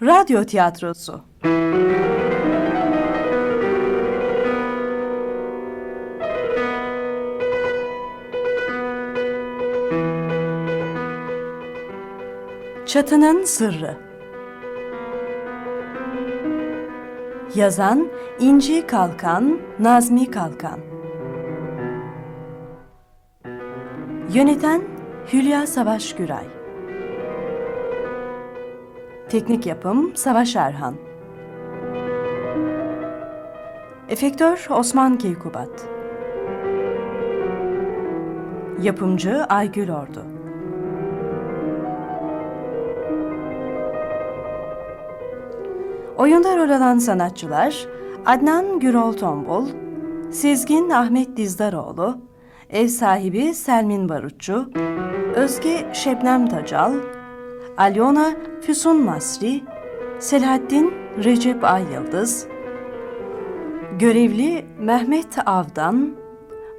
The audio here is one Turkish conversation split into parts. Radyo tiyatrosu. Çatının Sırrı Yazan İnci Kalkan, Nazmi Kalkan Yöneten Hülya Savaş Güray Teknik yapım Savaş Erhan. Efektör Osman Keykubat. Yapımcı Aygül Ordu. Oyunda rol alan sanatçılar Adnan Gürol Tombul, Sezgin Ahmet Dizdaroğlu, ev sahibi Selmin Barutçu, Özge Şebnem Tacal, Alyona Füsun Masri, Selahattin Recep Ay Yıldız, görevli Mehmet Avdan,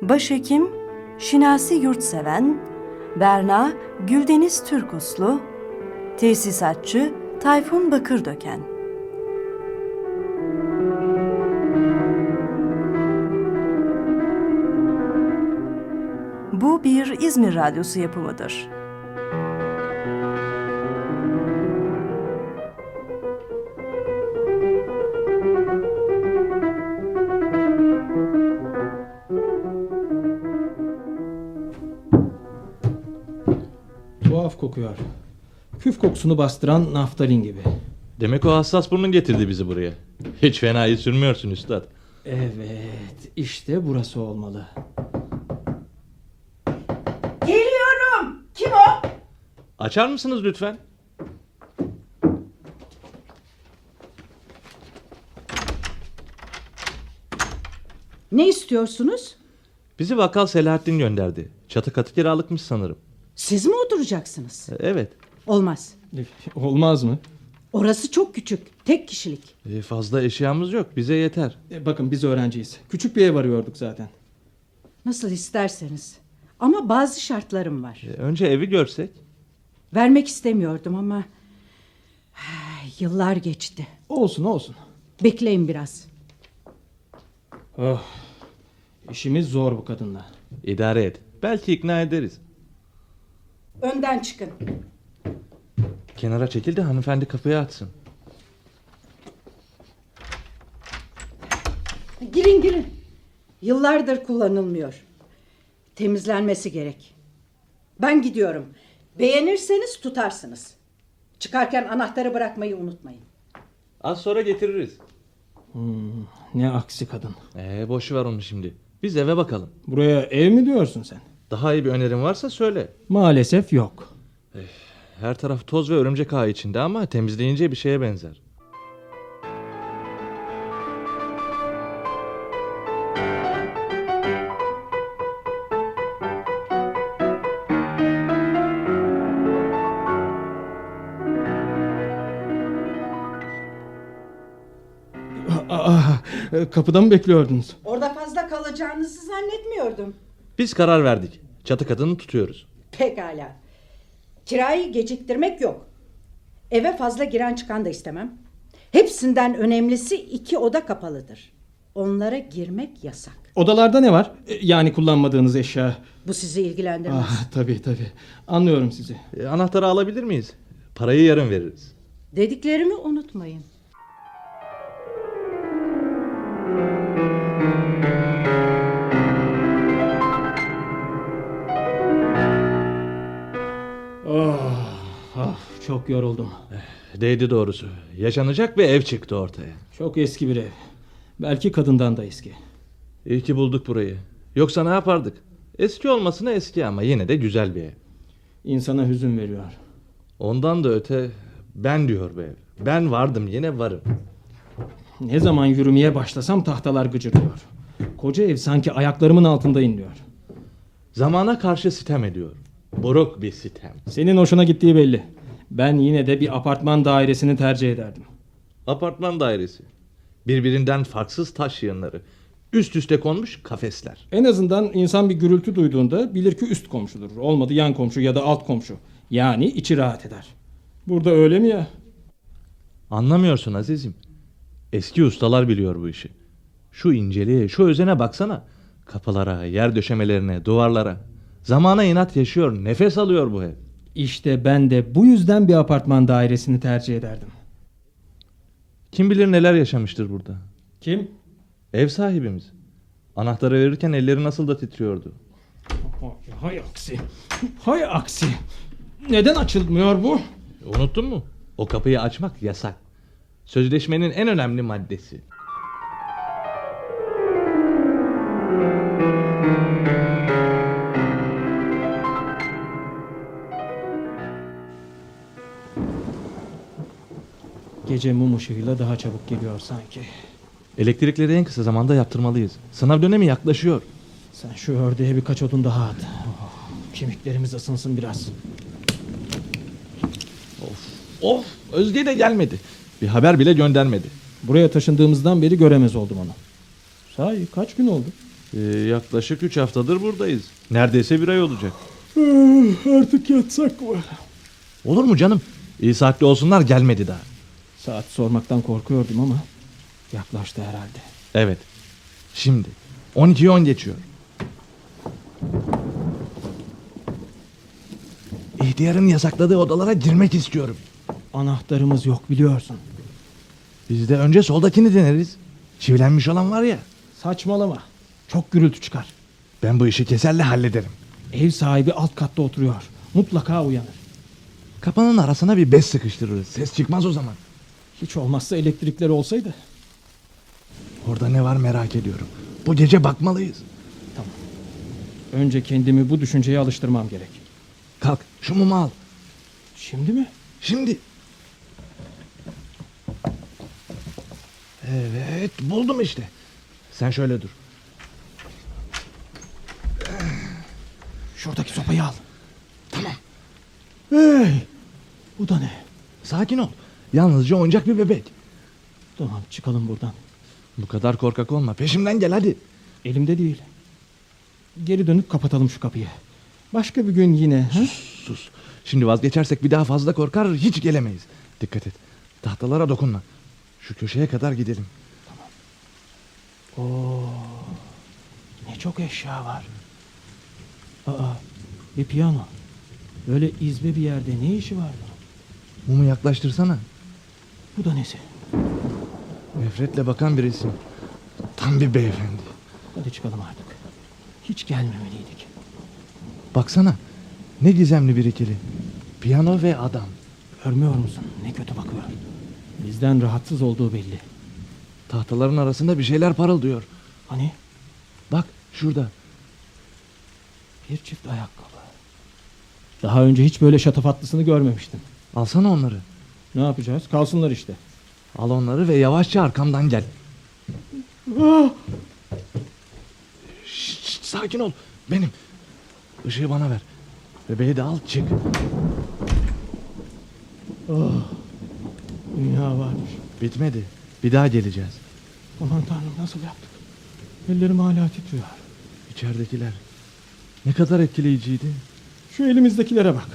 başhekim Şinasi Yurtseven, Berna Güldeniz Türkuslu, tesisatçı Tayfun Bakırdöken. Bu bir İzmir Radyosu yapımıdır. Tuhaf kokuyor. Küf kokusunu bastıran naftalin gibi. Demek o hassas burnun getirdi bizi buraya. Hiç fena iyi sürmüyorsun üstad. Evet, işte burası olmalı. Geliyorum. Kim o? Açar mısınız lütfen? Ne istiyorsunuz? Bizi Bakkal Selahattin gönderdi. Çatı katı kiralıkmış sanırım. Siz mi oturacaksınız? E, Evet. Olmaz. Olmaz mı? Orası çok küçük. Tek kişilik. E, Fazla eşyamız yok. Bize yeter. E, bakın biz öğrenciyiz. Küçük bir ev arıyorduk zaten. Nasıl isterseniz. Ama bazı şartlarım var. E, Önce evi görsek. Vermek istemiyordum ama... Ay, Yıllar geçti. Olsun olsun. Bekleyin biraz. Oh, işimiz zor bu kadınla. İdare et. Belki ikna ederiz. Önden çıkın. Kenara çekil de hanımefendi kapıyı açsın. Girin girin. Yıllardır kullanılmıyor. Temizlenmesi gerek. Ben gidiyorum. Beğenirseniz tutarsınız. Çıkarken anahtarı bırakmayı unutmayın. Az sonra getiririz. Hmm, Ne aksi kadın. E, boş ver onu şimdi. Biz eve bakalım. Buraya ev mi diyorsun sen? Daha iyi bir önerin varsa söyle. Maalesef yok. Her taraf toz ve örümcek ağı içinde ama temizleyince bir şeye benzer. Aa, e, Ah, kapıda mı bekliyordunuz? Orada fazla kalacağınızı zannetmiyordum. Biz karar verdik. Çatı katını tutuyoruz. Pekala. Kirayı geciktirmek yok. Eve fazla giren çıkan da istemem. Hepsinden önemlisi iki oda kapalıdır. Onlara girmek yasak. Odalarda ne var? E, yani kullanmadığınız eşya. Bu sizi ilgilendirmez. Ah, tabii tabii. Anlıyorum sizi. E, Anahtarı alabilir miyiz? Parayı yarın veririz. Dediklerimi unutmayın. Ah, ah, çok yoruldum. Değdi doğrusu. Yaşanacak bir ev çıktı ortaya. Çok eski bir ev. Belki kadından da eski. İyi ki bulduk burayı. Yoksa ne yapardık? Eski olmasına eski ama yine de güzel bir ev. İnsana hüzün veriyor. Ondan da öte ben diyor bu ev. Ben vardım yine varım. Ne zaman yürümeye başlasam tahtalar gıcırdıyor. Koca ev sanki ayaklarımın altında inliyor. Zamana karşı sitem ediyor. Buruk bir sitem. Senin hoşuna gittiği belli. Ben yine de bir apartman dairesini tercih ederdim. Apartman dairesi. Birbirinden farksız taş yığınları. Üst üste konmuş kafesler. En azından insan bir gürültü duyduğunda bilir ki üst komşudur. Olmadı yan komşu ya da alt komşu. Yani içi rahat eder. Burada öyle mi ya? Anlamıyorsun azizim. Eski ustalar biliyor bu işi. Şu inceliğe, şu özene baksana. Kapılara, yer döşemelerine, duvarlara. Zamana inat yaşıyor, nefes alıyor bu ev. İşte ben de bu yüzden bir apartman dairesini tercih ederdim. Kim bilir neler yaşamıştır burada. Kim? Ev sahibimiz. Anahtarı verirken elleri nasıl da titriyordu. Hay, hay aksi. Hay aksi. Neden açılmıyor bu? Unuttun mu? O kapıyı açmak yasak. Sözleşmenin en önemli maddesi. Gece mum ışığıyla daha çabuk geliyor sanki. Elektrikleri en kısa zamanda yaptırmalıyız. Sınav dönemi yaklaşıyor. Sen şu ördeğe birkaç odun daha at. Oh, kemiklerimiz ısınsın biraz. Of Özge de gelmedi. Bir haber bile göndermedi. Buraya taşındığımızdan beri göremez oldum onu. Sahi kaç gün oldu? Ee, yaklaşık 3 haftadır buradayız. Neredeyse bir ay olacak. Eh, Artık yatsak mı? Olur mu canım? İyi saatli olsunlar gelmedi daha. Saat sormaktan korkuyordum ama yaklaştı herhalde. Evet. Şimdi. 12'ye 10 geçiyor. İhtiyarın yasakladığı odalara girmek istiyorum. Anahtarımız yok biliyorsun. Biz de önce soldakini deneriz. Çivilenmiş olan var ya. Saçmalama. Çok gürültü çıkar. Ben bu işi keserle hallederim. Ev sahibi alt katta oturuyor. Mutlaka uyanır. Kapanın arasına bir bez sıkıştırırız. Ses çıkmaz o zaman. Hiç olmazsa elektrikleri olsaydı. Orada ne var merak ediyorum. Bu gece bakmalıyız. Önce kendimi bu düşünceye alıştırmam gerek. Kalk şu mumu al. Şimdi mi? Şimdi. Evet buldum işte. Sen şöyle dur. Şuradaki sopayı al. Tamam. Hey! Bu da ne? Sakin ol. Yalnızca oyuncak bir bebek. Tamam çıkalım buradan. Bu kadar korkak olma. Peşimden gel hadi. Elimde değil. Geri dönüp kapatalım şu kapıyı. Başka bir gün yine. ha? Sus. Şimdi vazgeçersek bir daha fazla korkar hiç gelemeyiz. Dikkat et. Tahtalara dokunma. Şu köşeye kadar gidelim. Ne çok eşya var. Aa, bir piyano. Böyle izbe bir yerde ne işi var bunun? Mumu yaklaştırsana. Bu da nesi? Nefretle bakan bir isim. Tam bir beyefendi. Hadi çıkalım artık. Hiç gelmemeliydik. Baksana. Ne gizemli bir ikili. Piyano ve adam. Görmüyor musun? Ne kötü bakıyor. Bizden rahatsız olduğu belli. Tahtaların arasında bir şeyler parıldıyor. Hani Bak şurada. bir çift ayakkabı. Daha önce hiç böyle şatafatlısını görmemiştim. Alsana onları. Ne yapacağız? Kalsınlar işte. Al onları ve yavaşça arkamdan gel. Şşt, şşt, sakin ol. Benim. Işığı bana ver. Bebeği de al çık. Oh. Dünya varmış. Bitmedi. Bir daha geleceğiz. Aman tanrım nasıl yaptık? Ellerim hala titriyor. İçeridekiler. Ne kadar etkileyiciydi. Şu elimizdekilere bak.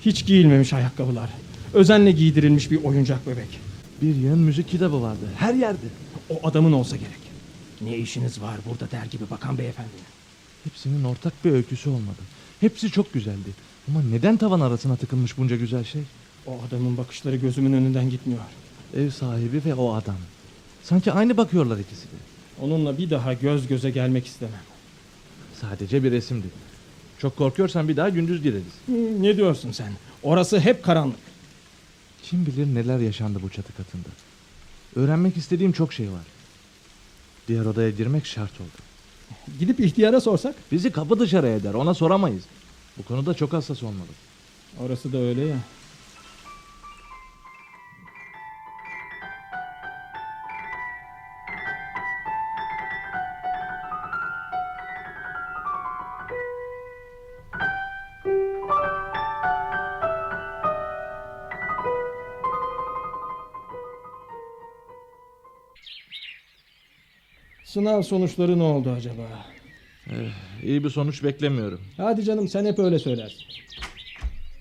Hiç giyilmemiş ayakkabılar. Özenle giydirilmiş bir oyuncak bebek. Bir yığın müzik kitabı vardı. Her yerde. O adamın olsa gerek. Ne işiniz var burada der gibi bakan beyefendinin. Hepsinin ortak bir öyküsü olmadı. Hepsi çok güzeldi. Ama neden tavan arasına tıkılmış bunca güzel şey? O adamın bakışları gözümün önünden gitmiyor. Ev sahibi ve o adam. Sanki aynı bakıyorlar ikisi de. Onunla bir daha göz göze gelmek istemem. Sadece bir resimdi. Çok korkuyorsan bir daha gündüz gireriz. Hı, Ne diyorsun sen? Orası hep karanlık. Kim bilir neler yaşandı bu çatı katında. Öğrenmek istediğim çok şey var. Diğer odaya girmek şart oldu. Gidip ihtiyara sorsak? Bizi kapı dışarı eder, ona soramayız. Bu konuda çok hassas olmalı. Orası da öyle ya. Sınav sonuçları ne oldu acaba? İyi bir sonuç beklemiyorum. Hadi canım sen hep öyle söylersin.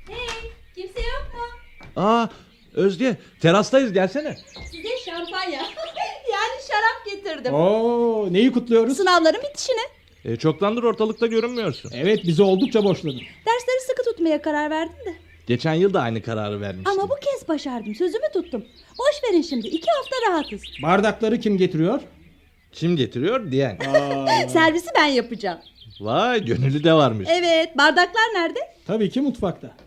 Hey, kimse yok mu? Aa, Özge terastayız gelsene. Size şampanya yani şarap getirdim. Oo, neyi kutluyoruz? Sınavların bitişine. E, çoktandır ortalıkta görünmüyorsun. Evet bizi oldukça boşladın. Dersleri sıkı tutmaya karar verdim de. Geçen yıl da aynı kararı vermiştin. Ama bu kez başardım. Sözümü tuttum. Boş verin şimdi. iki hafta rahatız. Bardakları kim getiriyor? Kim getiriyor diyen. Servisi ben yapacağım. Vay gönüllü de varmış. Evet. Bardaklar nerede? Tabii ki mutfakta.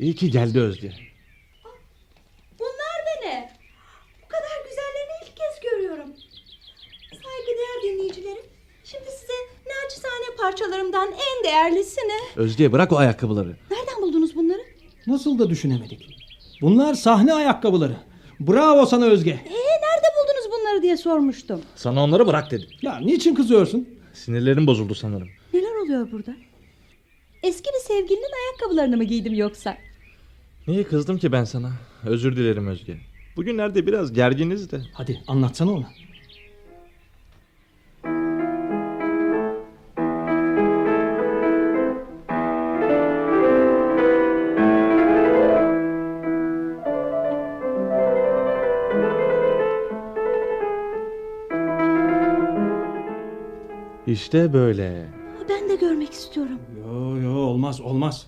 İyi ki geldi Özge. Bunlar da ne? Bu kadar güzellerini ilk kez görüyorum. Saygıdeğer dinleyicilerim. Şimdi size naçizane parçalarımdan en değerlisini. Özge bırak o ayakkabıları. Nereden buldunuz bunları? Nasıl da düşünemedik. Bunlar sahne ayakkabıları. Bravo sana Özge. Ee, nerede buldunuz bunları diye sormuştum. Sana onları bırak dedim. Ya niçin kızıyorsun? Sinirlerim bozuldu sanırım. Neler oluyor burada? Eski bir sevgilinin ayakkabılarını mı giydim yoksa? Niye kızdım ki ben sana? Özür dilerim Özge. Bugünlerde biraz gerginiz de. Hadi anlatsana ona. İşte böyle. Ben de görmek istiyorum. Yo yo olmaz olmaz.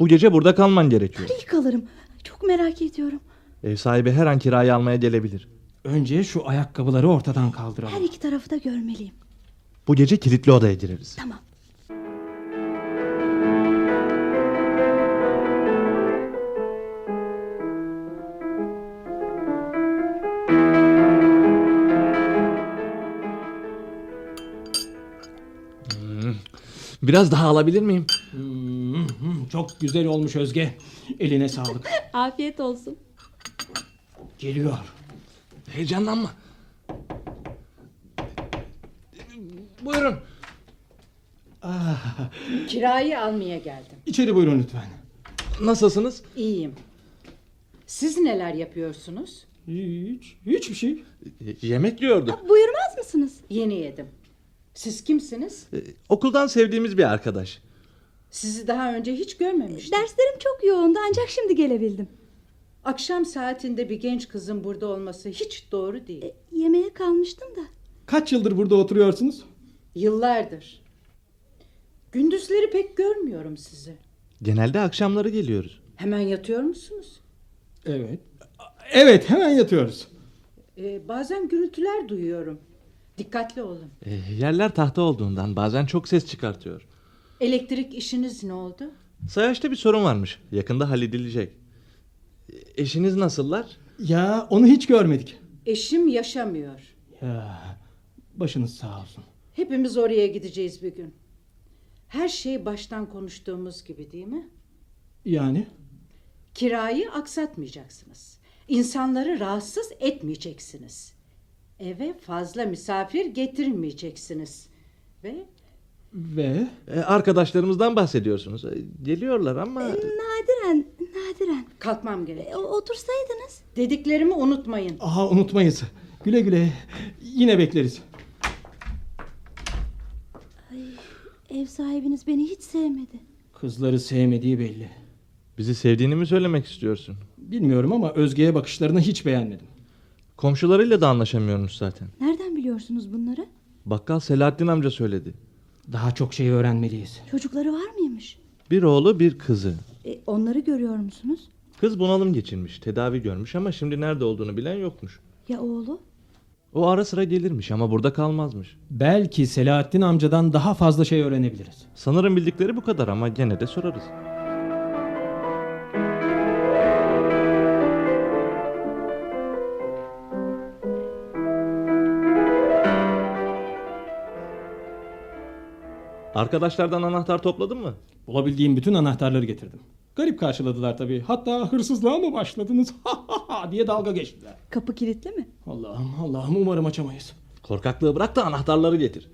Bu gece burada kalman gerekiyor. İyi kalırım. Çok merak ediyorum. Ev sahibi her an kirayı almaya gelebilir. Önce şu ayakkabıları ortadan Her kaldıralım. iki tarafı da görmeliyim. Bu gece kilitli odaya gireriz. Tamam. Biraz daha alabilir miyim? Hı, Çok güzel olmuş Özge. Eline sağlık. Afiyet olsun. Geliyor. Heyecanlanma. Buyurun. Kirayı almaya geldim. İçeri buyurun lütfen. Nasılsınız? İyiyim. Siz neler yapıyorsunuz? Hiç, hiçbir şey. Y- E, yemek yiyorduk. Buyurmaz mısınız? Yeni yedim. Siz kimsiniz? Ee, okuldan sevdiğimiz bir arkadaş. Sizi daha önce hiç görmemiştim. Derslerim çok yoğundu ancak şimdi gelebildim. Akşam saatinde bir genç kızın burada olması hiç doğru değil. E, yemeğe kalmıştım da. Kaç yıldır burada oturuyorsunuz? Yıllardır. Gündüzleri pek görmüyorum sizi. Genelde akşamları geliyoruz. Hemen yatıyor musunuz? Evet. Evet hemen yatıyoruz. Ee, bazen gürültüler duyuyorum. Dikkatli olun. Ee, yerler tahta olduğundan bazen çok ses çıkartıyor. Elektrik işiniz ne oldu? Sayaçta bir sorun varmış. Yakında halledilecek. E, Eşiniz nasıllar? Ya onu hiç görmedik. Eşim yaşamıyor. Ya başınız sağ olsun. Hepimiz oraya gideceğiz bir gün. Her şey baştan konuştuğumuz gibi değil mi? Yani? Kirayı aksatmayacaksınız. İnsanları rahatsız etmeyeceksiniz. Eve fazla misafir getirmeyeceksiniz. Ve Ve? E, arkadaşlarımızdan bahsediyorsunuz. E, geliyorlar ama... Hmm, Nadiren, nadiren. kalkmam gerek. E, o- otursaydınız. Dediklerimi unutmayın. Aha unutmayız. Güle güle. Yine bekleriz. Ev sahibiniz beni hiç sevmedi. Kızları sevmediği belli. Bizi sevdiğini mi söylemek istiyorsun? Bilmiyorum ama Özge'ye bakışlarını hiç beğenmedim. Komşularıyla da anlaşamıyormuş zaten. Nereden biliyorsunuz bunları? Bakkal Selahattin amca söyledi. Daha çok şey öğrenmeliyiz. Çocukları var mıymış? Bir oğlu bir kızı. E, onları görüyor musunuz? Kız bunalım geçirmiş, tedavi görmüş ama şimdi nerede olduğunu bilen yokmuş. Ya oğlu? O ara sıra gelirmiş ama burada kalmazmış. Belki Selahattin amcadan daha fazla şey öğrenebiliriz. Sanırım bildikleri bu kadar ama gene de sorarız. Arkadaşlardan anahtar topladın mı? Bulabildiğim bütün anahtarları getirdim. Garip karşıladılar tabii. Hatta hırsızlığa mı başladınız ha ha ha diye dalga geçtiler. Kapı kilitli mi? Allah'ım Allah'ım umarım açamayız. Korkaklığı bırak da anahtarları getir.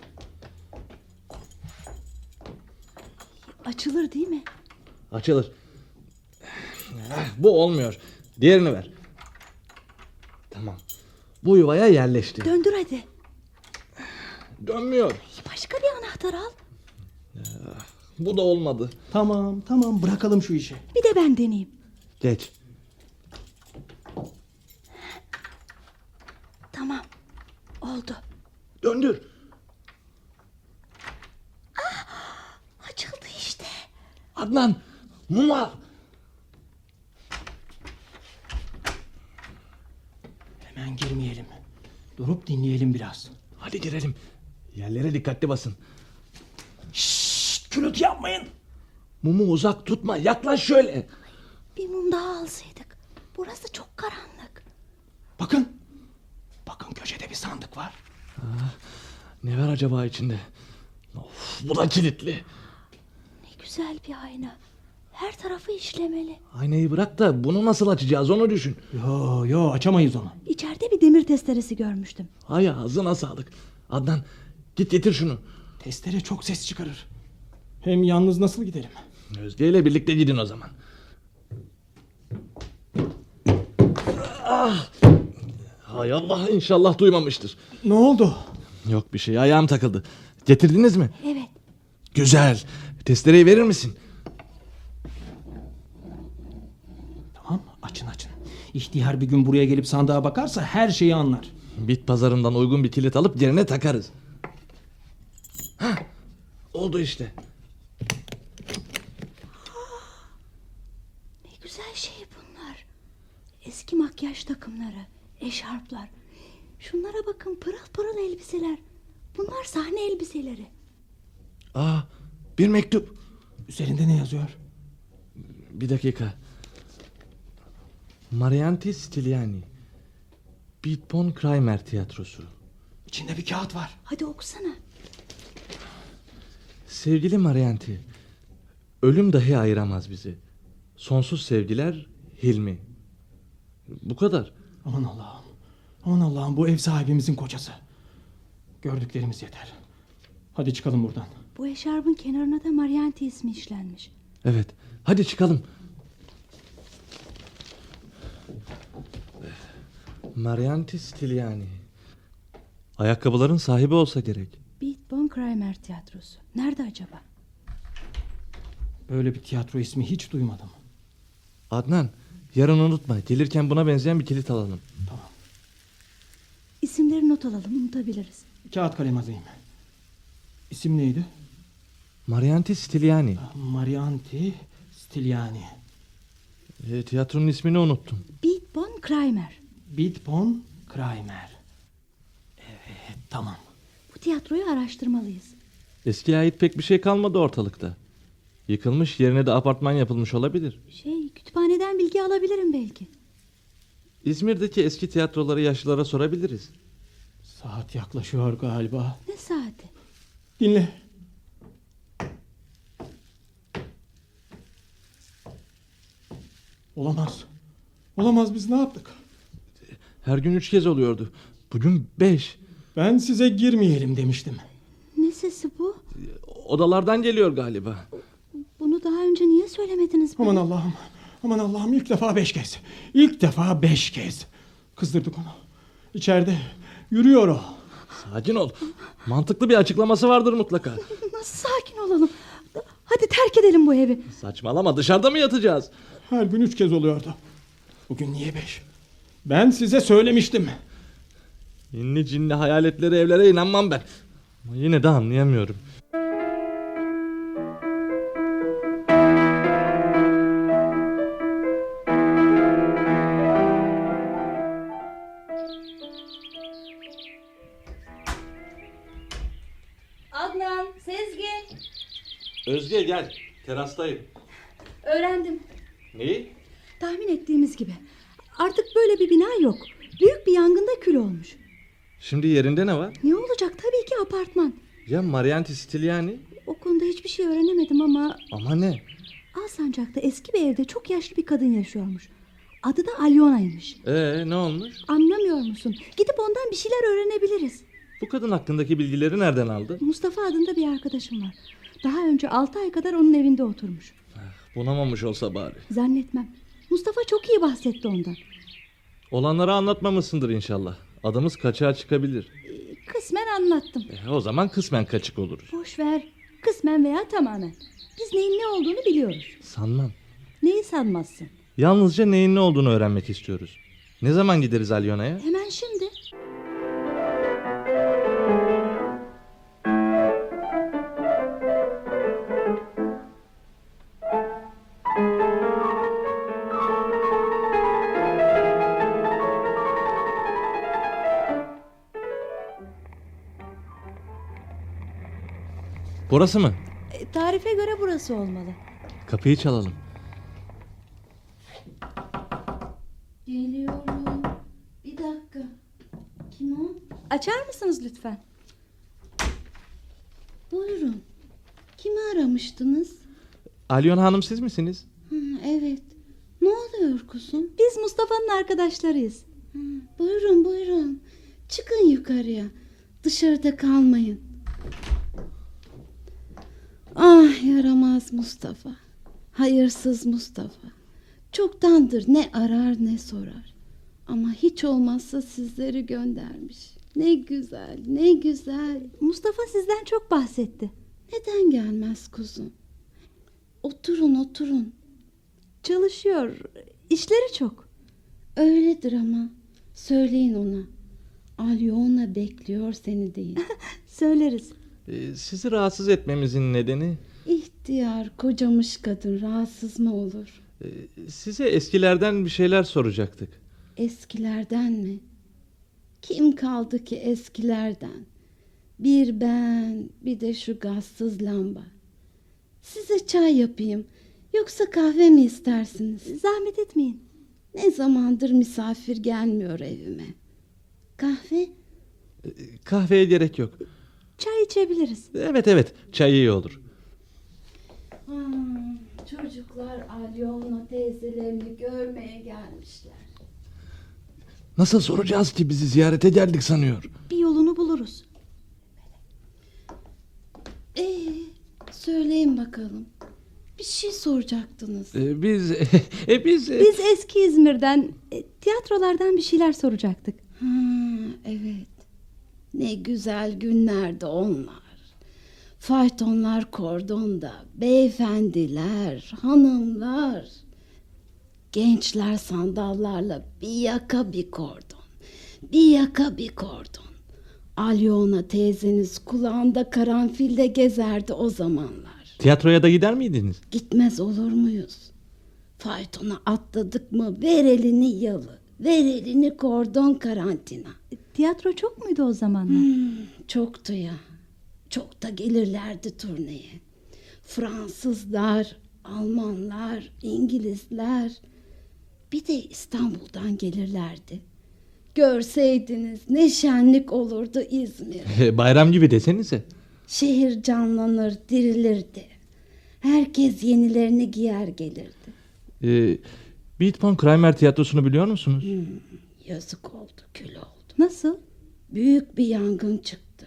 Açılır değil mi? Açılır. Eh, Bu olmuyor. Diğerini ver. Tamam. Bu yuvaya yerleşti. Döndür hadi. Dönmüyor. Başka bir anahtar al. Bu da olmadı. Tamam tamam bırakalım şu işi. Bir de ben deneyeyim. Geç. Tamam. Oldu. Döndür. Açıldı işte. Adnan. Mum al. Hemen girmeyelim. Durup dinleyelim biraz. Hadi girelim. Yerlere dikkatli basın. Şşşt gürültü yapmayın. Mumu uzak tutma. Yaklaş şöyle. Bir mum daha alsaydık. Burası çok karanlık. Bakın. Bakın köşede bir sandık var. Ne var acaba içinde? Of, bu da kilitli. Ne güzel bir ayna. Her tarafı işlemeli. Aynayı bırak da bunu nasıl açacağız onu düşün. Yo yo açamayız onu. İçeride bir demir testeresi görmüştüm. Hay ağzına sağlık. Adnan git getir şunu. Testere çok ses çıkarır. Hem yalnız nasıl giderim? Özge ile birlikte gidin o zaman. Ah! Hay Allah inşallah duymamıştır. Ne oldu? Yok bir şey ayağım takıldı. Getirdiniz mi? Evet. Güzel. Testereyi verir misin? Tamam açın açın. İhtiyar bir gün buraya gelip sandığa bakarsa her şeyi anlar. Bit pazarından uygun bir kilit alıp yerine takarız. Hah, oldu işte. Ne güzel şey bunlar. Eski makyaj takımları, eşarplar. Şunlara bakın pırıl pırıl elbiseler. Bunlar sahne elbiseleri. Aa, bir mektup. Üzerinde ne yazıyor? Bir dakika. Marianti Stiliani. Bitpon Kramer Tiyatrosu. İçinde bir kağıt var. Hadi okusana. Sevgili Marianti, ölüm dahi ayıramaz bizi. Sonsuz sevgiler Hilmi. Bu kadar. Aman Allah'ım. Aman Allah'ım bu ev sahibimizin kocası. Gördüklerimiz yeter. Hadi çıkalım buradan. Bu eşarbın kenarına da Marianti ismi işlenmiş. Evet, hadi çıkalım. Marianti Stiliani. Ayakkabıların sahibi olsa gerek. Beat Bon Kramer tiyatrosu. Nerede acaba? Böyle bir tiyatro ismi hiç duymadım. Adnan, yarın unutma. Gelirken buna benzeyen bir kilit alalım. İsimleri not alalım unutabiliriz. Kağıt kalem alayım. İsim neydi? Marianti Stiliani. Marianti Stiliani. E, tiyatronun ismini unuttum. Beat Bon Kramer. Bitpon Kramer. Evet tamam. Bu tiyatroyu araştırmalıyız. Eskiye ait pek bir şey kalmadı ortalıkta. Yıkılmış yerine de apartman yapılmış olabilir. Şey kütüphaneden bilgi alabilirim belki. İzmir'deki eski tiyatroları yaşlılara sorabiliriz. Saat yaklaşıyor galiba. Ne saati? Dinle. Olamaz. Olamaz biz ne yaptık? Her gün üç kez oluyordu. Bugün beş. Ben size girmeyelim demiştim. Ne sesi bu? Odalardan geliyor galiba. Bunu daha önce niye söylemediniz bana? Aman Allah'ım. Aman Allah'ım ilk defa beş kez. İlk defa beş kez. Kızdırdık onu. İçeride yürüyor o. Sakin ol. Mantıklı bir açıklaması vardır mutlaka. Nasıl sakin olalım? Hadi terk edelim bu evi. Saçmalama dışarıda mı yatacağız? Her gün üç kez oluyordu. Bugün niye beş? Ben size söylemiştim. İnli cinli hayaletleri evlere inanmam ben. Ama yine de anlayamıyorum. Adnan, Sezgin. Özge gel. Terastayım. Öğrendim. Neyi? Tahmin ettiğimiz gibi. Artık böyle bir bina yok. Büyük bir yangında kül olmuş. Şimdi yerinde ne var? Ne olacak? Tabii ki apartman. Ya Marianti Stiliani? O konuda hiçbir şey öğrenemedim ama Ama ne? Alsancak'ta eski bir evde çok yaşlı bir kadın yaşıyormuş. Adı da Alyona'ymış. Ee ne olmuş? Anlamıyor musun? Gidip ondan bir şeyler öğrenebiliriz. Bu kadın hakkındaki bilgileri nereden aldı? Mustafa adında bir arkadaşım var. Daha önce 6 ay kadar onun evinde oturmuş. Bunamamış olsa bari. Zannetmem. Mustafa çok iyi bahsetti ondan. Olanları anlatmamışsındır inşallah. Adımız kaçağa çıkabilir. Ee, Kısmen anlattım. E, o zaman kısmen kaçık oluruz. Boş ver. Kısmen veya tamamen. Biz neyin ne olduğunu biliyoruz. Sanmam. Neyi sanmazsın? Yalnızca neyin ne olduğunu öğrenmek istiyoruz. Ne zaman gideriz Alyona'ya? Hemen şimdi. Burası mı? E, tarife göre burası olmalı. Kapıyı çalalım. Geliyorum. Bir dakika. Kim o? Açar mısınız lütfen? Buyurun. Kimi aramıştınız? Alyona Hanım siz misiniz? evet. Ne oluyor kuzum? Biz Mustafa'nın arkadaşlarıyız. buyurun buyurun. Çıkın yukarıya. Dışarıda kalmayın. Ah yaramaz Mustafa. Hayırsız Mustafa. Çoktandır ne arar ne sorar. Ama hiç olmazsa sizleri göndermiş. Ne güzel, ne güzel. Mustafa sizden çok bahsetti. Neden gelmez kuzum? Oturun, oturun. Çalışıyor. İşleri çok. Öyledir ama. Söyleyin ona. Alyona bekliyor seni deyin. Söyleriz. Ee, sizi rahatsız etmemizin nedeni İhtiyar kocamış kadın rahatsız mı olur? e, size eskilerden bir şeyler soracaktık. Eskilerden mi? Kim kaldı ki eskilerden? Bir ben, bir de şu gazsız lamba. Size çay yapayım. Yoksa kahve mi istersiniz? Zahmet etmeyin. Ne zamandır misafir gelmiyor evime. Kahve? Ee, kahveye gerek yok. Çay içebiliriz. Evet evet çay iyi olur. Hmm, çocuklar Alyona teyzelerini görmeye gelmişler. Nasıl soracağız ki bizi ziyarete geldik sanıyor. Bir yolunu buluruz. Ee, söyleyin bakalım. Bir şey soracaktınız. Ee, biz e, biz e, Biz eski İzmir'den, e, tiyatrolardan bir şeyler soracaktık. Ha, evet. Ne güzel günlerdi onlar. Faytonlar kordonda, beyefendiler, hanımlar. Gençler sandallarla bir yaka bir kordon, bir yaka bir kordon. Alyona teyzeniz kulağında karanfilde gezerdi o zamanlar. tiyatroya da gider miydiniz? Gitmez olur muyuz? Faytona atladık mı ver elini yalı, ver elini kordon karantina. Hmm, E, Tiyatro çok muydu o zamanlar? Çoktu ya, çok da gelirlerdi turneye. Fransızlar, Almanlar, İngilizler bir de İstanbul'dan gelirlerdi. Görseydiniz ne şenlik olurdu İzmir. E, Bayram gibi desenize. Şehir canlanır, dirilirdi. Herkes yenilerini giyer gelirdi. Ee, Beatpon Kramer tiyatrosunu biliyor musunuz? Hmm, Yazık oldu, kül oldu. Nasıl? Büyük bir yangın çıktı.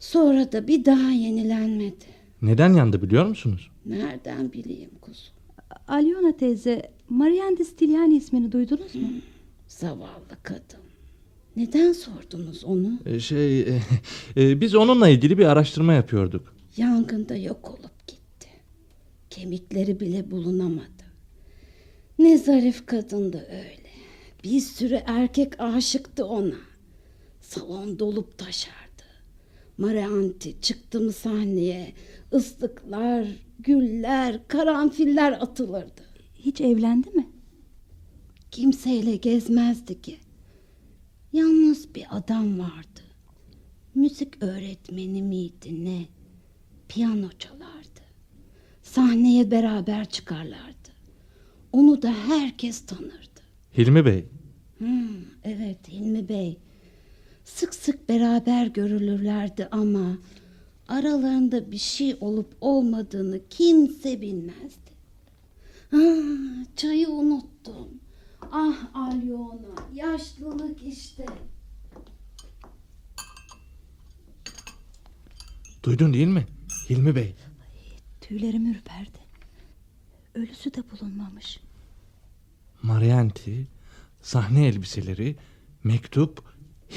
Sonra da bir daha yenilenmedi. Neden yandı biliyor musunuz? Nereden bileyim kuzum? Alyona teyze, Marianne Stigliani ismini duydunuz mu? Zavallı kadın. Neden sordunuz onu? Ee, şey e, e, biz onunla ilgili bir araştırma yapıyorduk. Yangında yok olup gitti. Kemikleri bile bulunamadı. Ne zarif kadındı öyle. Bir sürü erkek aşıktı ona. Salon dolup taşardı. Maranti çıktı mı sahneye ıslıklar, güller, karanfiller atılırdı. Hiç evlendi mi? Kimseyle gezmezdi ki. Yalnız bir adam vardı. Müzik öğretmeni miydi ne? Piyano çalardı. Sahneye beraber çıkarlardı. Onu da herkes tanırdı. Hilmi Bey. Hmm, evet Hilmi Bey. Sık sık beraber görülürlerdi ama aralarında bir şey olup olmadığını kimse bilmezdi. Ah, çayı unuttum. Ah Alyona, yaşlılık işte. Duydun değil mi? Hilmi Bey. Tüylerim ürperdi. Ölüsü de bulunmamış. Marianti, sahne elbiseleri, mektup,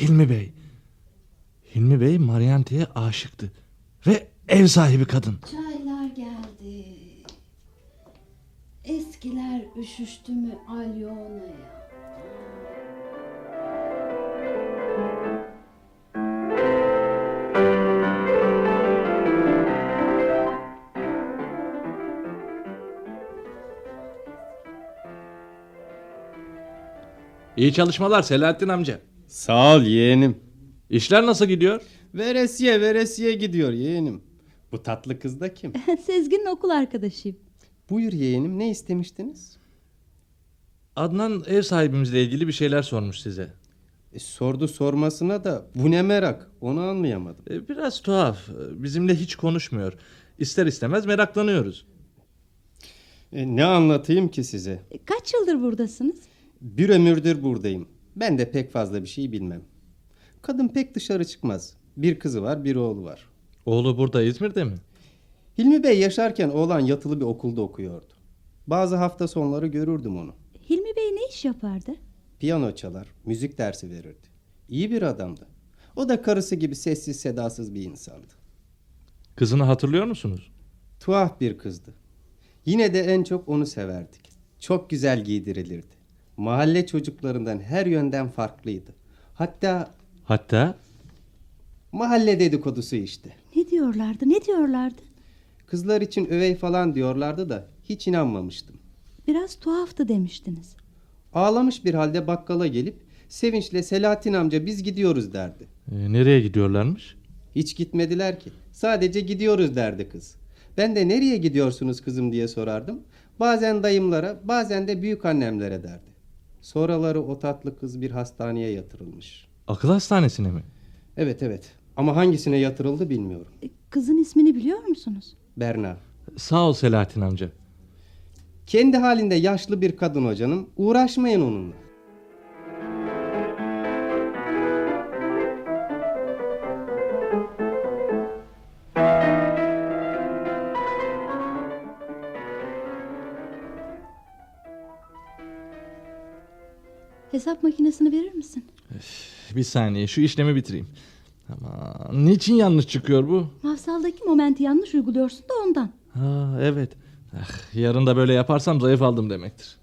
Hilmi Bey. Hilmi Bey Marianti'ye aşıktı. Ve ev sahibi kadın. Çaylar geldi. Eskiler üşüştü mü Alyona'ya? İyi çalışmalar Selahattin amca. Sağ ol yeğenim. İşler nasıl gidiyor? Veresiye veresiye gidiyor yeğenim. Bu tatlı kız da kim? Sezgin'in okul arkadaşıyım. Buyur yeğenim ne istemiştiniz? Adnan ev sahibimizle ilgili bir şeyler sormuş size. E, sordu sormasına da bu ne merak onu anlayamadım. E, Biraz tuhaf. E, Bizimle hiç konuşmuyor. İster istemez meraklanıyoruz. E, ne anlatayım ki size? E, Kaç yıldır buradasınız? Bir ömürdür buradayım. Ben de pek fazla bir şey bilmem. Kadın pek dışarı çıkmaz. Bir kızı var bir oğlu var. Oğlu burada İzmir'de mi? Hilmi Bey yaşarken oğlan yatılı bir okulda okuyordu. Bazı hafta sonları görürdüm onu. Hilmi Bey ne iş yapardı? Piyano çalar, müzik dersi verirdi. İyi bir adamdı. O da karısı gibi sessiz sedasız bir insandı. Kızını hatırlıyor musunuz? Tuhaf bir kızdı. Yine de en çok onu severdik. Çok güzel giydirilirdi. Mahalle çocuklarından her yönden farklıydı. Hatta Hatta mahalle dedikodusu işte. Ne diyorlardı? Ne diyorlardı? Kızlar için övey falan diyorlardı da hiç inanmamıştım. Biraz tuhaftı demiştiniz. Ağlamış bir halde bakkala gelip sevinçle Selahattin amca biz gidiyoruz derdi. e, nereye gidiyorlarmış? Hiç gitmediler ki. Sadece gidiyoruz derdi kız. Ben de nereye gidiyorsunuz kızım diye sorardım. Bazen dayımlara, bazen de büyük annemlere derdi. Sonraları o tatlı kız bir hastaneye yatırılmış. Akıl hastanesine mi? Evet evet. Ama hangisine yatırıldı bilmiyorum. E, Kızın ismini biliyor musunuz? Berna. Sağ ol Selahattin amca. Kendi halinde yaşlı bir kadın hocanım. Uğraşmayın onunla. Hesap makinesini verir misin? Bir saniye şu işlemi bitireyim. Aman niçin yanlış çıkıyor bu? Mafsaldaki momenti yanlış uyguluyorsun da ondan. Ha evet. Ah, yarın da böyle yaparsam zayıf aldım demektir.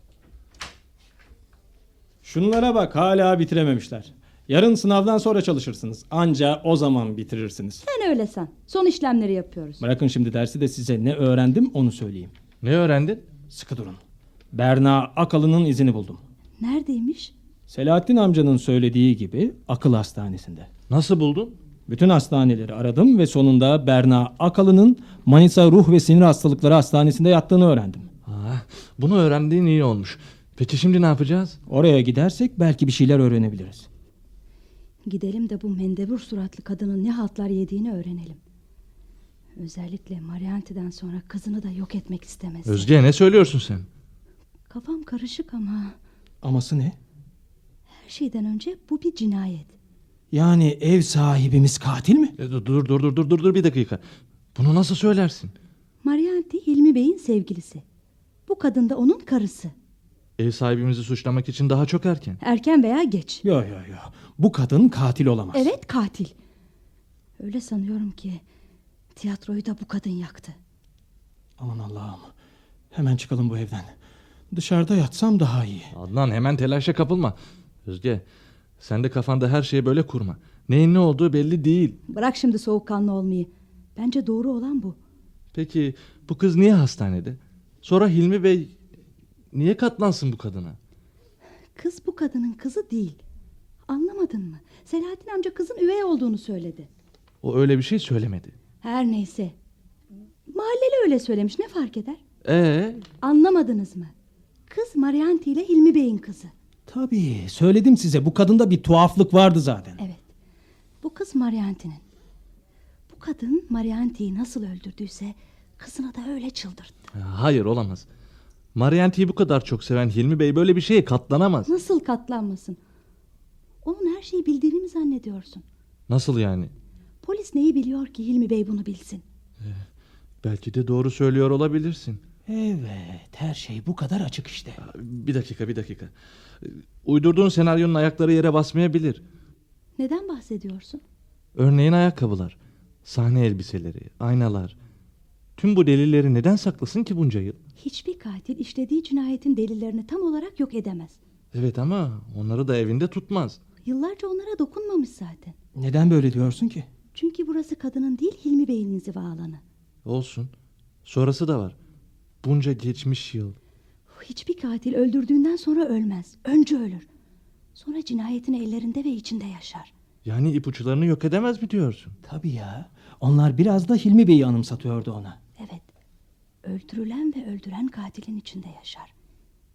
Şunlara bak hala bitirememişler. Yarın sınavdan sonra çalışırsınız. Anca o zaman bitirirsiniz. Sen öyle sen. Son işlemleri yapıyoruz. Bırakın şimdi dersi de size ne öğrendim onu söyleyeyim. Ne öğrendin? Sıkı durun. Berna Akalı'nın izini buldum. Neredeymiş? Selahattin amcanın söylediği gibi akıl hastanesinde. Nasıl buldun? Bütün hastaneleri aradım ve sonunda Berna Akalı'nın Manisa Ruh ve Sinir Hastalıkları Hastanesi'nde yattığını öğrendim. Ah, bunu öğrendiğin iyi olmuş. Peki şimdi ne yapacağız? Oraya gidersek belki bir şeyler öğrenebiliriz. Gidelim de bu mendebur suratlı kadının ne haltlar yediğini öğrenelim. Özellikle Marianti'den sonra kızını da yok etmek istemez. Özge ne söylüyorsun sen? Kafam karışık ama Aması ne? her şeyden önce bu bir cinayet. Yani ev sahibimiz katil mi? E, Dur dur dur dur dur dur bir dakika. Bunu nasıl söylersin? Marianti Hilmi Bey'in sevgilisi. Bu kadın da onun karısı. Ev sahibimizi suçlamak için daha çok erken. Erken veya geç. Yo yo yo. Bu kadın katil olamaz. Evet katil. Öyle sanıyorum ki tiyatroyu da bu kadın yaktı. Aman Allah'ım. Hemen çıkalım bu evden. Dışarıda yatsam daha iyi. Adnan hemen telaşa kapılma. Özge sen de kafanda her şeyi böyle kurma. Neyin ne olduğu belli değil. Bırak şimdi soğukkanlı olmayı. Bence doğru olan bu. Peki bu kız niye hastanede? Sonra Hilmi Bey niye katlansın bu kadına? Kız bu kadının kızı değil. Anlamadın mı? Selahattin amca kızın üvey olduğunu söyledi. O öyle bir şey söylemedi. Her neyse. Mahalleli öyle söylemiş ne fark eder? Ee, Anlamadınız mı? Kız Marianti ile Hilmi Bey'in kızı. Tabii. Söyledim size bu kadında bir tuhaflık vardı zaten. Evet. Bu kız Marianti'nin. Bu kadın Marianti'yi nasıl öldürdüyse kızını da öyle çıldırttı. hayır olamaz. Marianti'yi bu kadar çok seven Hilmi Bey böyle bir şeye katlanamaz. Nasıl katlanmasın? Onun her şeyi bildiğini mi zannediyorsun? Nasıl yani? Polis neyi biliyor ki Hilmi Bey bunu bilsin? Belki de doğru söylüyor olabilirsin. Evet. Her şey bu kadar açık işte. Bir dakika, bir dakika. Uydurduğun senaryonun ayakları yere basmayabilir. Neden bahsediyorsun? Örneğin ayakkabılar, sahne elbiseleri, aynalar. Tüm bu delilleri neden saklasın ki bunca yıl? Hiçbir katil işlediği cinayetin delillerini tam olarak yok edemez. Evet ama onları da evinde tutmaz. Yıllarca onlara dokunmamış zaten. Neden böyle diyorsun ki? Çünkü burası kadının değil Hilmi Bey'in inziva alanı. Olsun. Sonrası da var. Bunca geçmiş yıl. Hiçbir katil öldürdüğünden sonra ölmez. Önce ölür. Sonra cinayetin ellerinde ve içinde yaşar. Yani ipuçlarını yok edemez mi diyorsun? Tabii ya. Onlar biraz da Hilmi Bey'i anımsatıyordu ona. Evet. Öldürülen ve öldüren katilin içinde yaşar.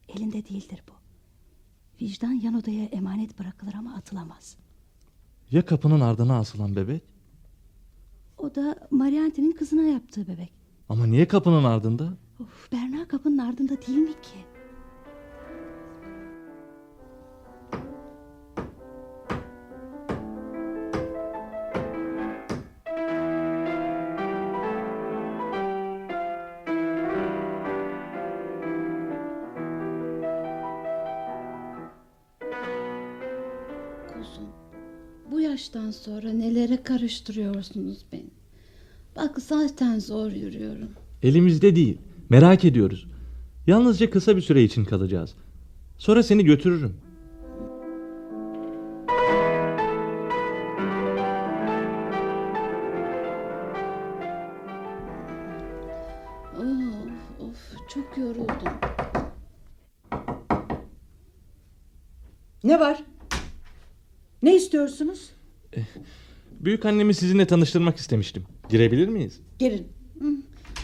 Elinde değildir bu. Vicdan yan odaya emanet bırakılır ama atılamaz. Ya kapının ardına asılan bebek? O da Marianti'nin kızına yaptığı bebek. Ama niye kapının ardında? Of, Berna kapının ardında değil mi ki? Kuzum, bu yaştan sonra nelere karıştırıyorsunuz beni? Bak zaten zor yürüyorum. Elimizde değil. Merak ediyoruz. Yalnızca kısa bir süre için kalacağız. Sonra seni götürürüm. Of of çok yoruldum. Ne var? Ne istiyorsunuz? Büyük annemi sizinle tanıştırmak istemiştim. Girebilir miyiz? Girin.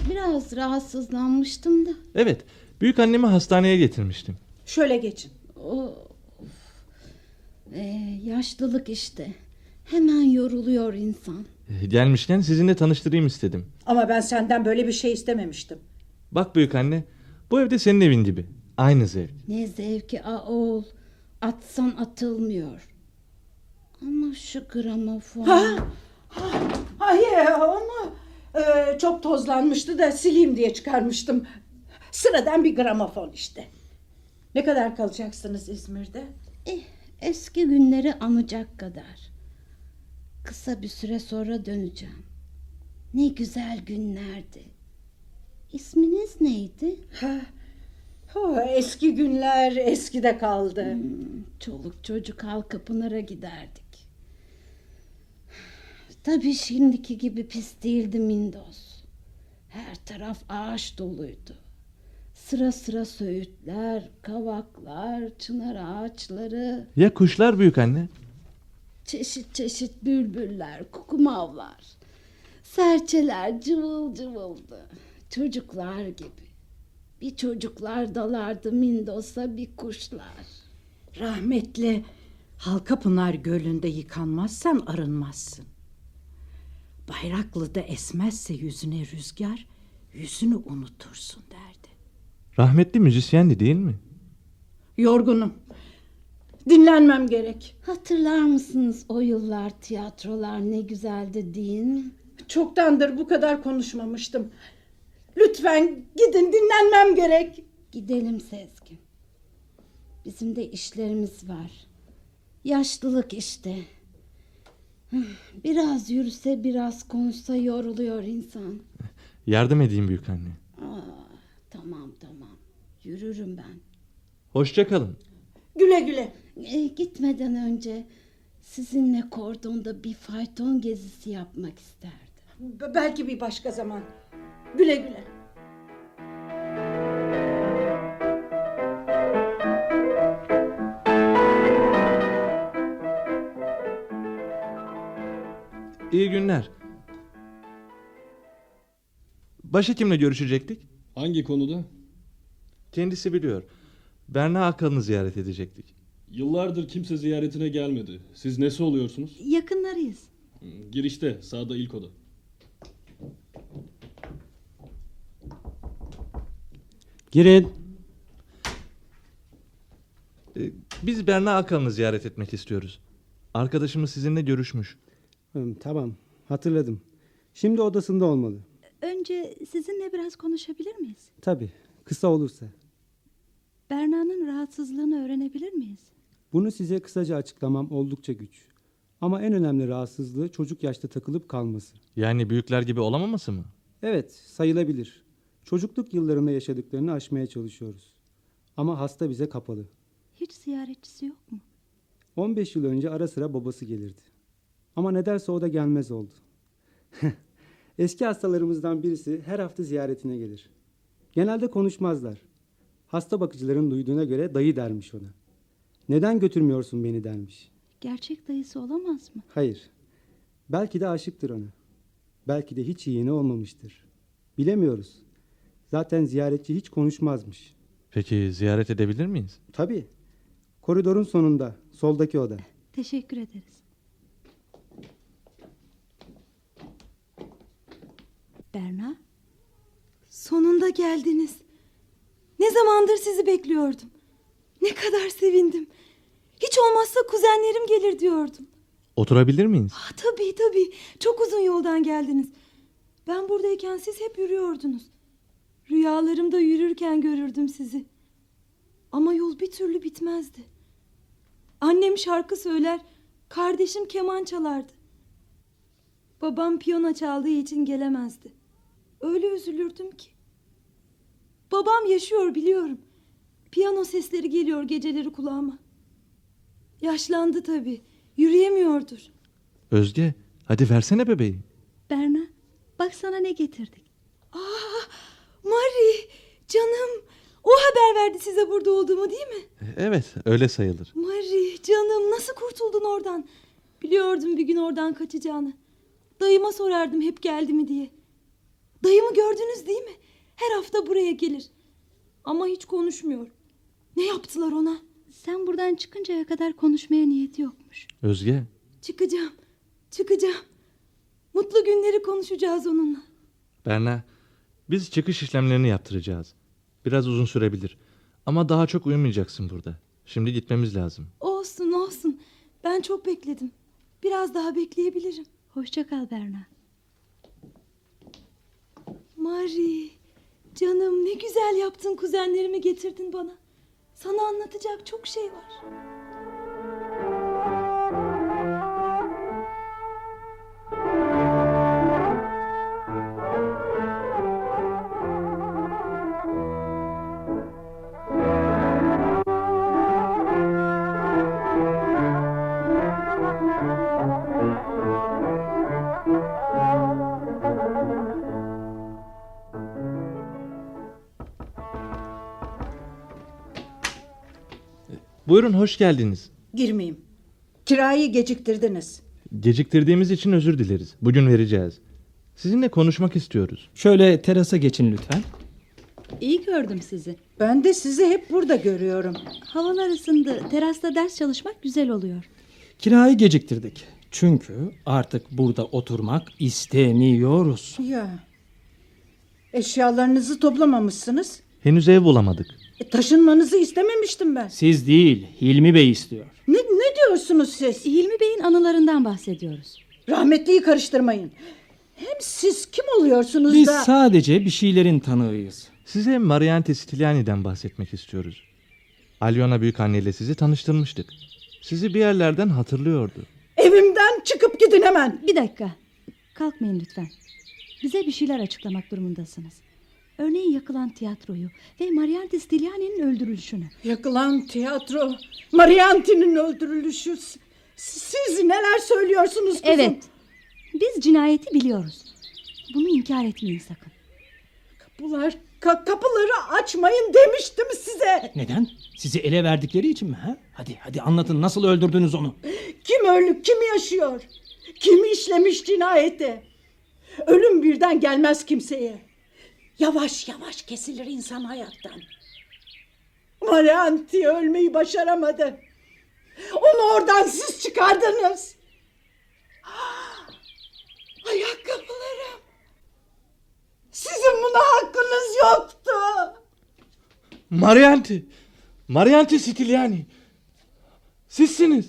Biraz rahatsızlanmıştım da. Evet. Büyük annemi hastaneye getirmiştim. Şöyle geçin. O of. Ee, yaşlılık işte. Hemen yoruluyor insan. Ee, Gelmişken sizinle tanıştırayım istedim. Ama ben senden böyle bir şey istememiştim. Bak büyük anne, bu evde senin evin gibi. Aynı zevk. Ne zevki a oğul. Atsan atılmıyor. Ama şu gramofon. Hayır onu e, çok tozlanmıştı da sileyim diye çıkarmıştım. Sıradan bir gramofon işte. Ne kadar kalacaksınız İzmir'de? Eh, eski günleri anacak kadar. Kısa bir süre sonra döneceğim. Ne güzel günlerdi. İsminiz neydi? Oh, eski günler eskide kaldı. Çoluk çocuk Halkapınar'a giderdik. Tabii şimdiki gibi pis değildi Mindos. Her taraf ağaç doluydu. Sıra sıra söğütler, kavaklar, çınar ağaçları, Ya kuşlar büyük anne? çeşit çeşit bülbüller, kukumavlar. Serçeler cıvıl cıvıldı. Çocuklar gibi. Bir çocuklar dalardı Mindos'a bir kuşlar. Rahmetli Halkapınar Gölü'nde yıkanmazsan arınmazsın. Bayraklı'da esmezse yüzüne rüzgar, yüzünü unutursun derdi. Rahmetli müzisyendi değil mi? Yorgunum. Dinlenmem gerek. Hatırlar mısınız o yıllar tiyatrolar ne güzeldi değil mi? Çoktandır bu kadar konuşmamıştım. Lütfen gidin dinlenmem gerek. Gidelim Sezgin. Bizim de işlerimiz var. Yaşlılık işte. Hıh, Biraz yürüse biraz konuşsa yoruluyor insan. Yardım edeyim büyük anne. Aa, Ah, tamam tamam. Yürürüm ben. Hoşça kalın. Güle güle. E, gitmeden önce sizinle kordonda bir fayton gezisi yapmak isterdim. B- belki bir başka zaman. Güle güle. İyi günler. Başhekimle görüşecektik. Hangi konuda? Kendisi biliyor. Berna Akalın'ı ziyaret edecektik. Yıllardır kimse ziyaretine gelmedi. Siz nesi oluyorsunuz? Yakınlarıyız. Hmm, Girişte, sağda ilk oda. Girin. Ee, Biz Berna Akalın'ı ziyaret etmek istiyoruz. Arkadaşımız sizinle görüşmüş. Hım, tamam hatırladım. Şimdi odasında olmalı. Önce sizinle biraz konuşabilir miyiz? Tabii kısa olursa. Berna'nın rahatsızlığını öğrenebilir miyiz? Bunu size kısaca açıklamam oldukça güç. Ama en önemli rahatsızlığı çocuk yaşta takılıp kalması. Yani büyükler gibi olamaması mı? Evet, sayılabilir. Çocukluk yıllarında yaşadıklarını aşmaya çalışıyoruz. Ama hasta bize kapalı. Hiç ziyaretçisi yok mu? 15 yıl önce ara sıra babası gelirdi. Ama nedense o da gelmez oldu. Eski hastalarımızdan birisi her hafta ziyaretine gelir. Genelde konuşmazlar. Hasta bakıcıların duyduğuna göre dayı dermiş ona. Neden götürmüyorsun beni dermiş. Gerçek dayısı olamaz mı? Hayır. Belki de aşıktır ona. Belki de hiç yeğeni olmamıştır. Bilemiyoruz. Zaten ziyaretçi hiç konuşmazmış. Peki ziyaret edebilir miyiz? Tabii. Koridorun sonunda, soldaki oda. Teşekkür ederiz. Berna, Sonunda geldiniz. Ne zamandır sizi bekliyordum. Ne kadar sevindim. Hiç olmazsa kuzenlerim gelir diyordum. Oturabilir miyiz? Ah, tabii tabii. Çok uzun yoldan geldiniz. Ben buradayken siz hep yürüyordunuz. Rüyalarımda yürürken görürdüm sizi. Ama yol bir türlü bitmezdi. Annem şarkı söyler, kardeşim keman çalardı. Babam piyano çaldığı için gelemezdi. Öyle üzülürdüm ki. Babam yaşıyor biliyorum. Piyano sesleri geliyor geceleri kulağıma. Yaşlandı tabii. Yürüyemiyordur. Özge hadi versene bebeği. Berna, bak sana ne getirdik. Aa, Mari, canım. O haber verdi size burada olduğumu değil mi? Evet öyle sayılır. Mari, canım nasıl kurtuldun oradan? Biliyordum bir gün oradan kaçacağını. Dayıma sorardım hep geldi mi diye. Dayımı gördünüz değil mi? Her hafta buraya gelir. Ama hiç konuşmuyor. Ne yaptılar ona? Sen buradan çıkıncaya kadar konuşmaya niyeti yokmuş. Özge Çıkacağım. Çıkacağım. Mutlu günleri konuşacağız onunla. Berna biz çıkış işlemlerini yaptıracağız. Biraz uzun sürebilir. Ama daha çok uyumayacaksın burada. Şimdi gitmemiz lazım. Olsun olsun. Ben çok bekledim. Biraz daha bekleyebilirim. Hoşça kal Berna. Mari, canım ne güzel yaptın kuzenlerimi getirdin bana. Sana anlatacak çok şey var. Buyurun hoş geldiniz. Girmeyeyim. Kirayı geciktirdiniz. Geciktirdiğimiz için özür dileriz. Bugün vereceğiz. Sizinle konuşmak istiyoruz. Şöyle terasa geçin lütfen. İyi gördüm sizi. Ben de sizi hep burada görüyorum. Havalar ısındı. Terasta ders çalışmak güzel oluyor. Kirayı geciktirdik. Çünkü artık burada oturmak istemiyoruz. Ya. Eşyalarınızı toplamamışsınız. Henüz ev bulamadık. E, taşınmanızı istememiştim ben. Siz değil, Hilmi Bey istiyor. Ne, ne diyorsunuz siz? Hilmi Bey'in anılarından bahsediyoruz. Rahmetliyi karıştırmayın. Hem siz kim oluyorsunuz Biz da... sadece bir şeylerin tanığıyız. Size Mariante Stiliani'den bahsetmek istiyoruz. Alyona büyükanne ile sizi tanıştırmıştık. Sizi bir yerlerden hatırlıyordu. Evimden çıkıp gidin hemen. Bir dakika. Kalkmayın lütfen. Bize bir şeyler açıklamak durumundasınız. Örneğin yakılan tiyatroyu ve Mariante Stiliani'nin öldürülüşünü. Yakılan tiyatro, Marianti'nin öldürülüşü. S- Siz neler söylüyorsunuz kızım? Evet. Biz cinayeti biliyoruz. Bunu inkar etmeyin sakın. Bunlar ka- kapıları açmayın demiştim size. Neden? Sizi ele verdikleri için mi? Ha? Hadi hadi anlatın nasıl öldürdünüz onu? Kim ölü, kim yaşıyor? Kim işlemiş cinayeti? Ölüm birden gelmez kimseye. Yavaş yavaş kesilir insan hayattan. Marianti ölmeyi başaramadı. Onu oradan siz çıkardınız. Ah, Ayakkabılarım. Sizin buna hakkınız yoktu. Mariante! Mariante Stiliani! Sizsiniz!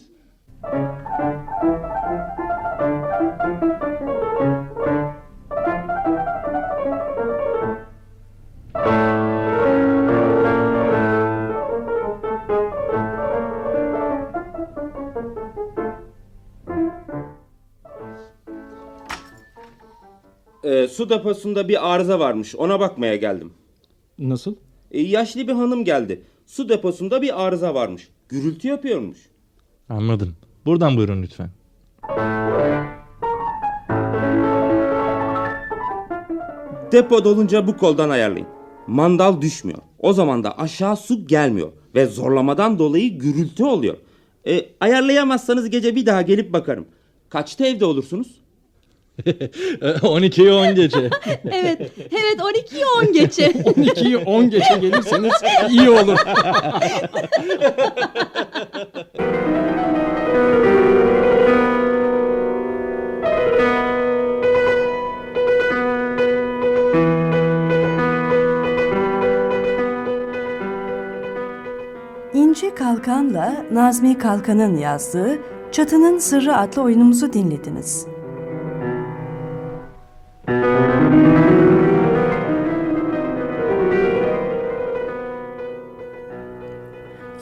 Ee, su deposunda bir arıza varmış. Ona bakmaya geldim. Nasıl? Ee, yaşlı bir hanım geldi. Su deposunda bir arıza varmış. Gürültü yapıyormuş. Anladım. Buradan buyurun lütfen. Depo dolunca bu koldan ayarlayın. Mandal düşmüyor. O zaman da aşağı su gelmiyor. Ve zorlamadan dolayı gürültü oluyor. Ee, ayarlayamazsanız gece bir daha gelip bakarım. Kaçta evde olursunuz? 12'yi 10 gece. Evet, evet 12'yi 10 geçe. 12'yi 10 geçe gelirseniz iyi olur. İnci Kalkan'la Nazmi Kalkan'ın yazdığı Çatının Sırrı adlı oyunumuzu dinlediniz.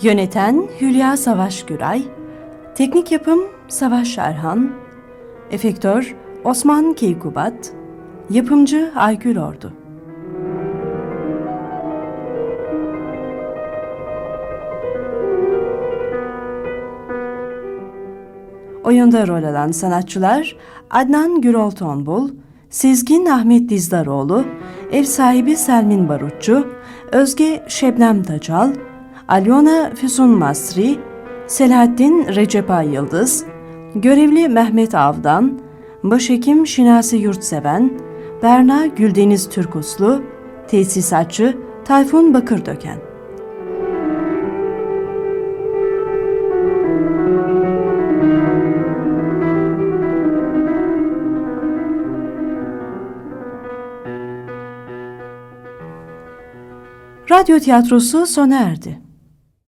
Yöneten Hülya Savaş Güray, Teknik Yapım Savaş Erhan, Efektör Osman Keykubat, Yapımcı Aygül Ordu. Oyunda rol alan sanatçılar Adnan Gürol Tonbul, Sezgin Ahmet Dizdaroğlu, ev sahibi Selmin Barutçu, Özge Şebnem Tacal, Alyona Füsun Masri, Selahattin Recepay Yıldız, görevli Mehmet Avdan, başhekim Şinasi Yurtseven, Berna Güldeniz Türkuslu, tesisatçı Tayfun Bakırdöken. Radyo tiyatrosu sona erdi.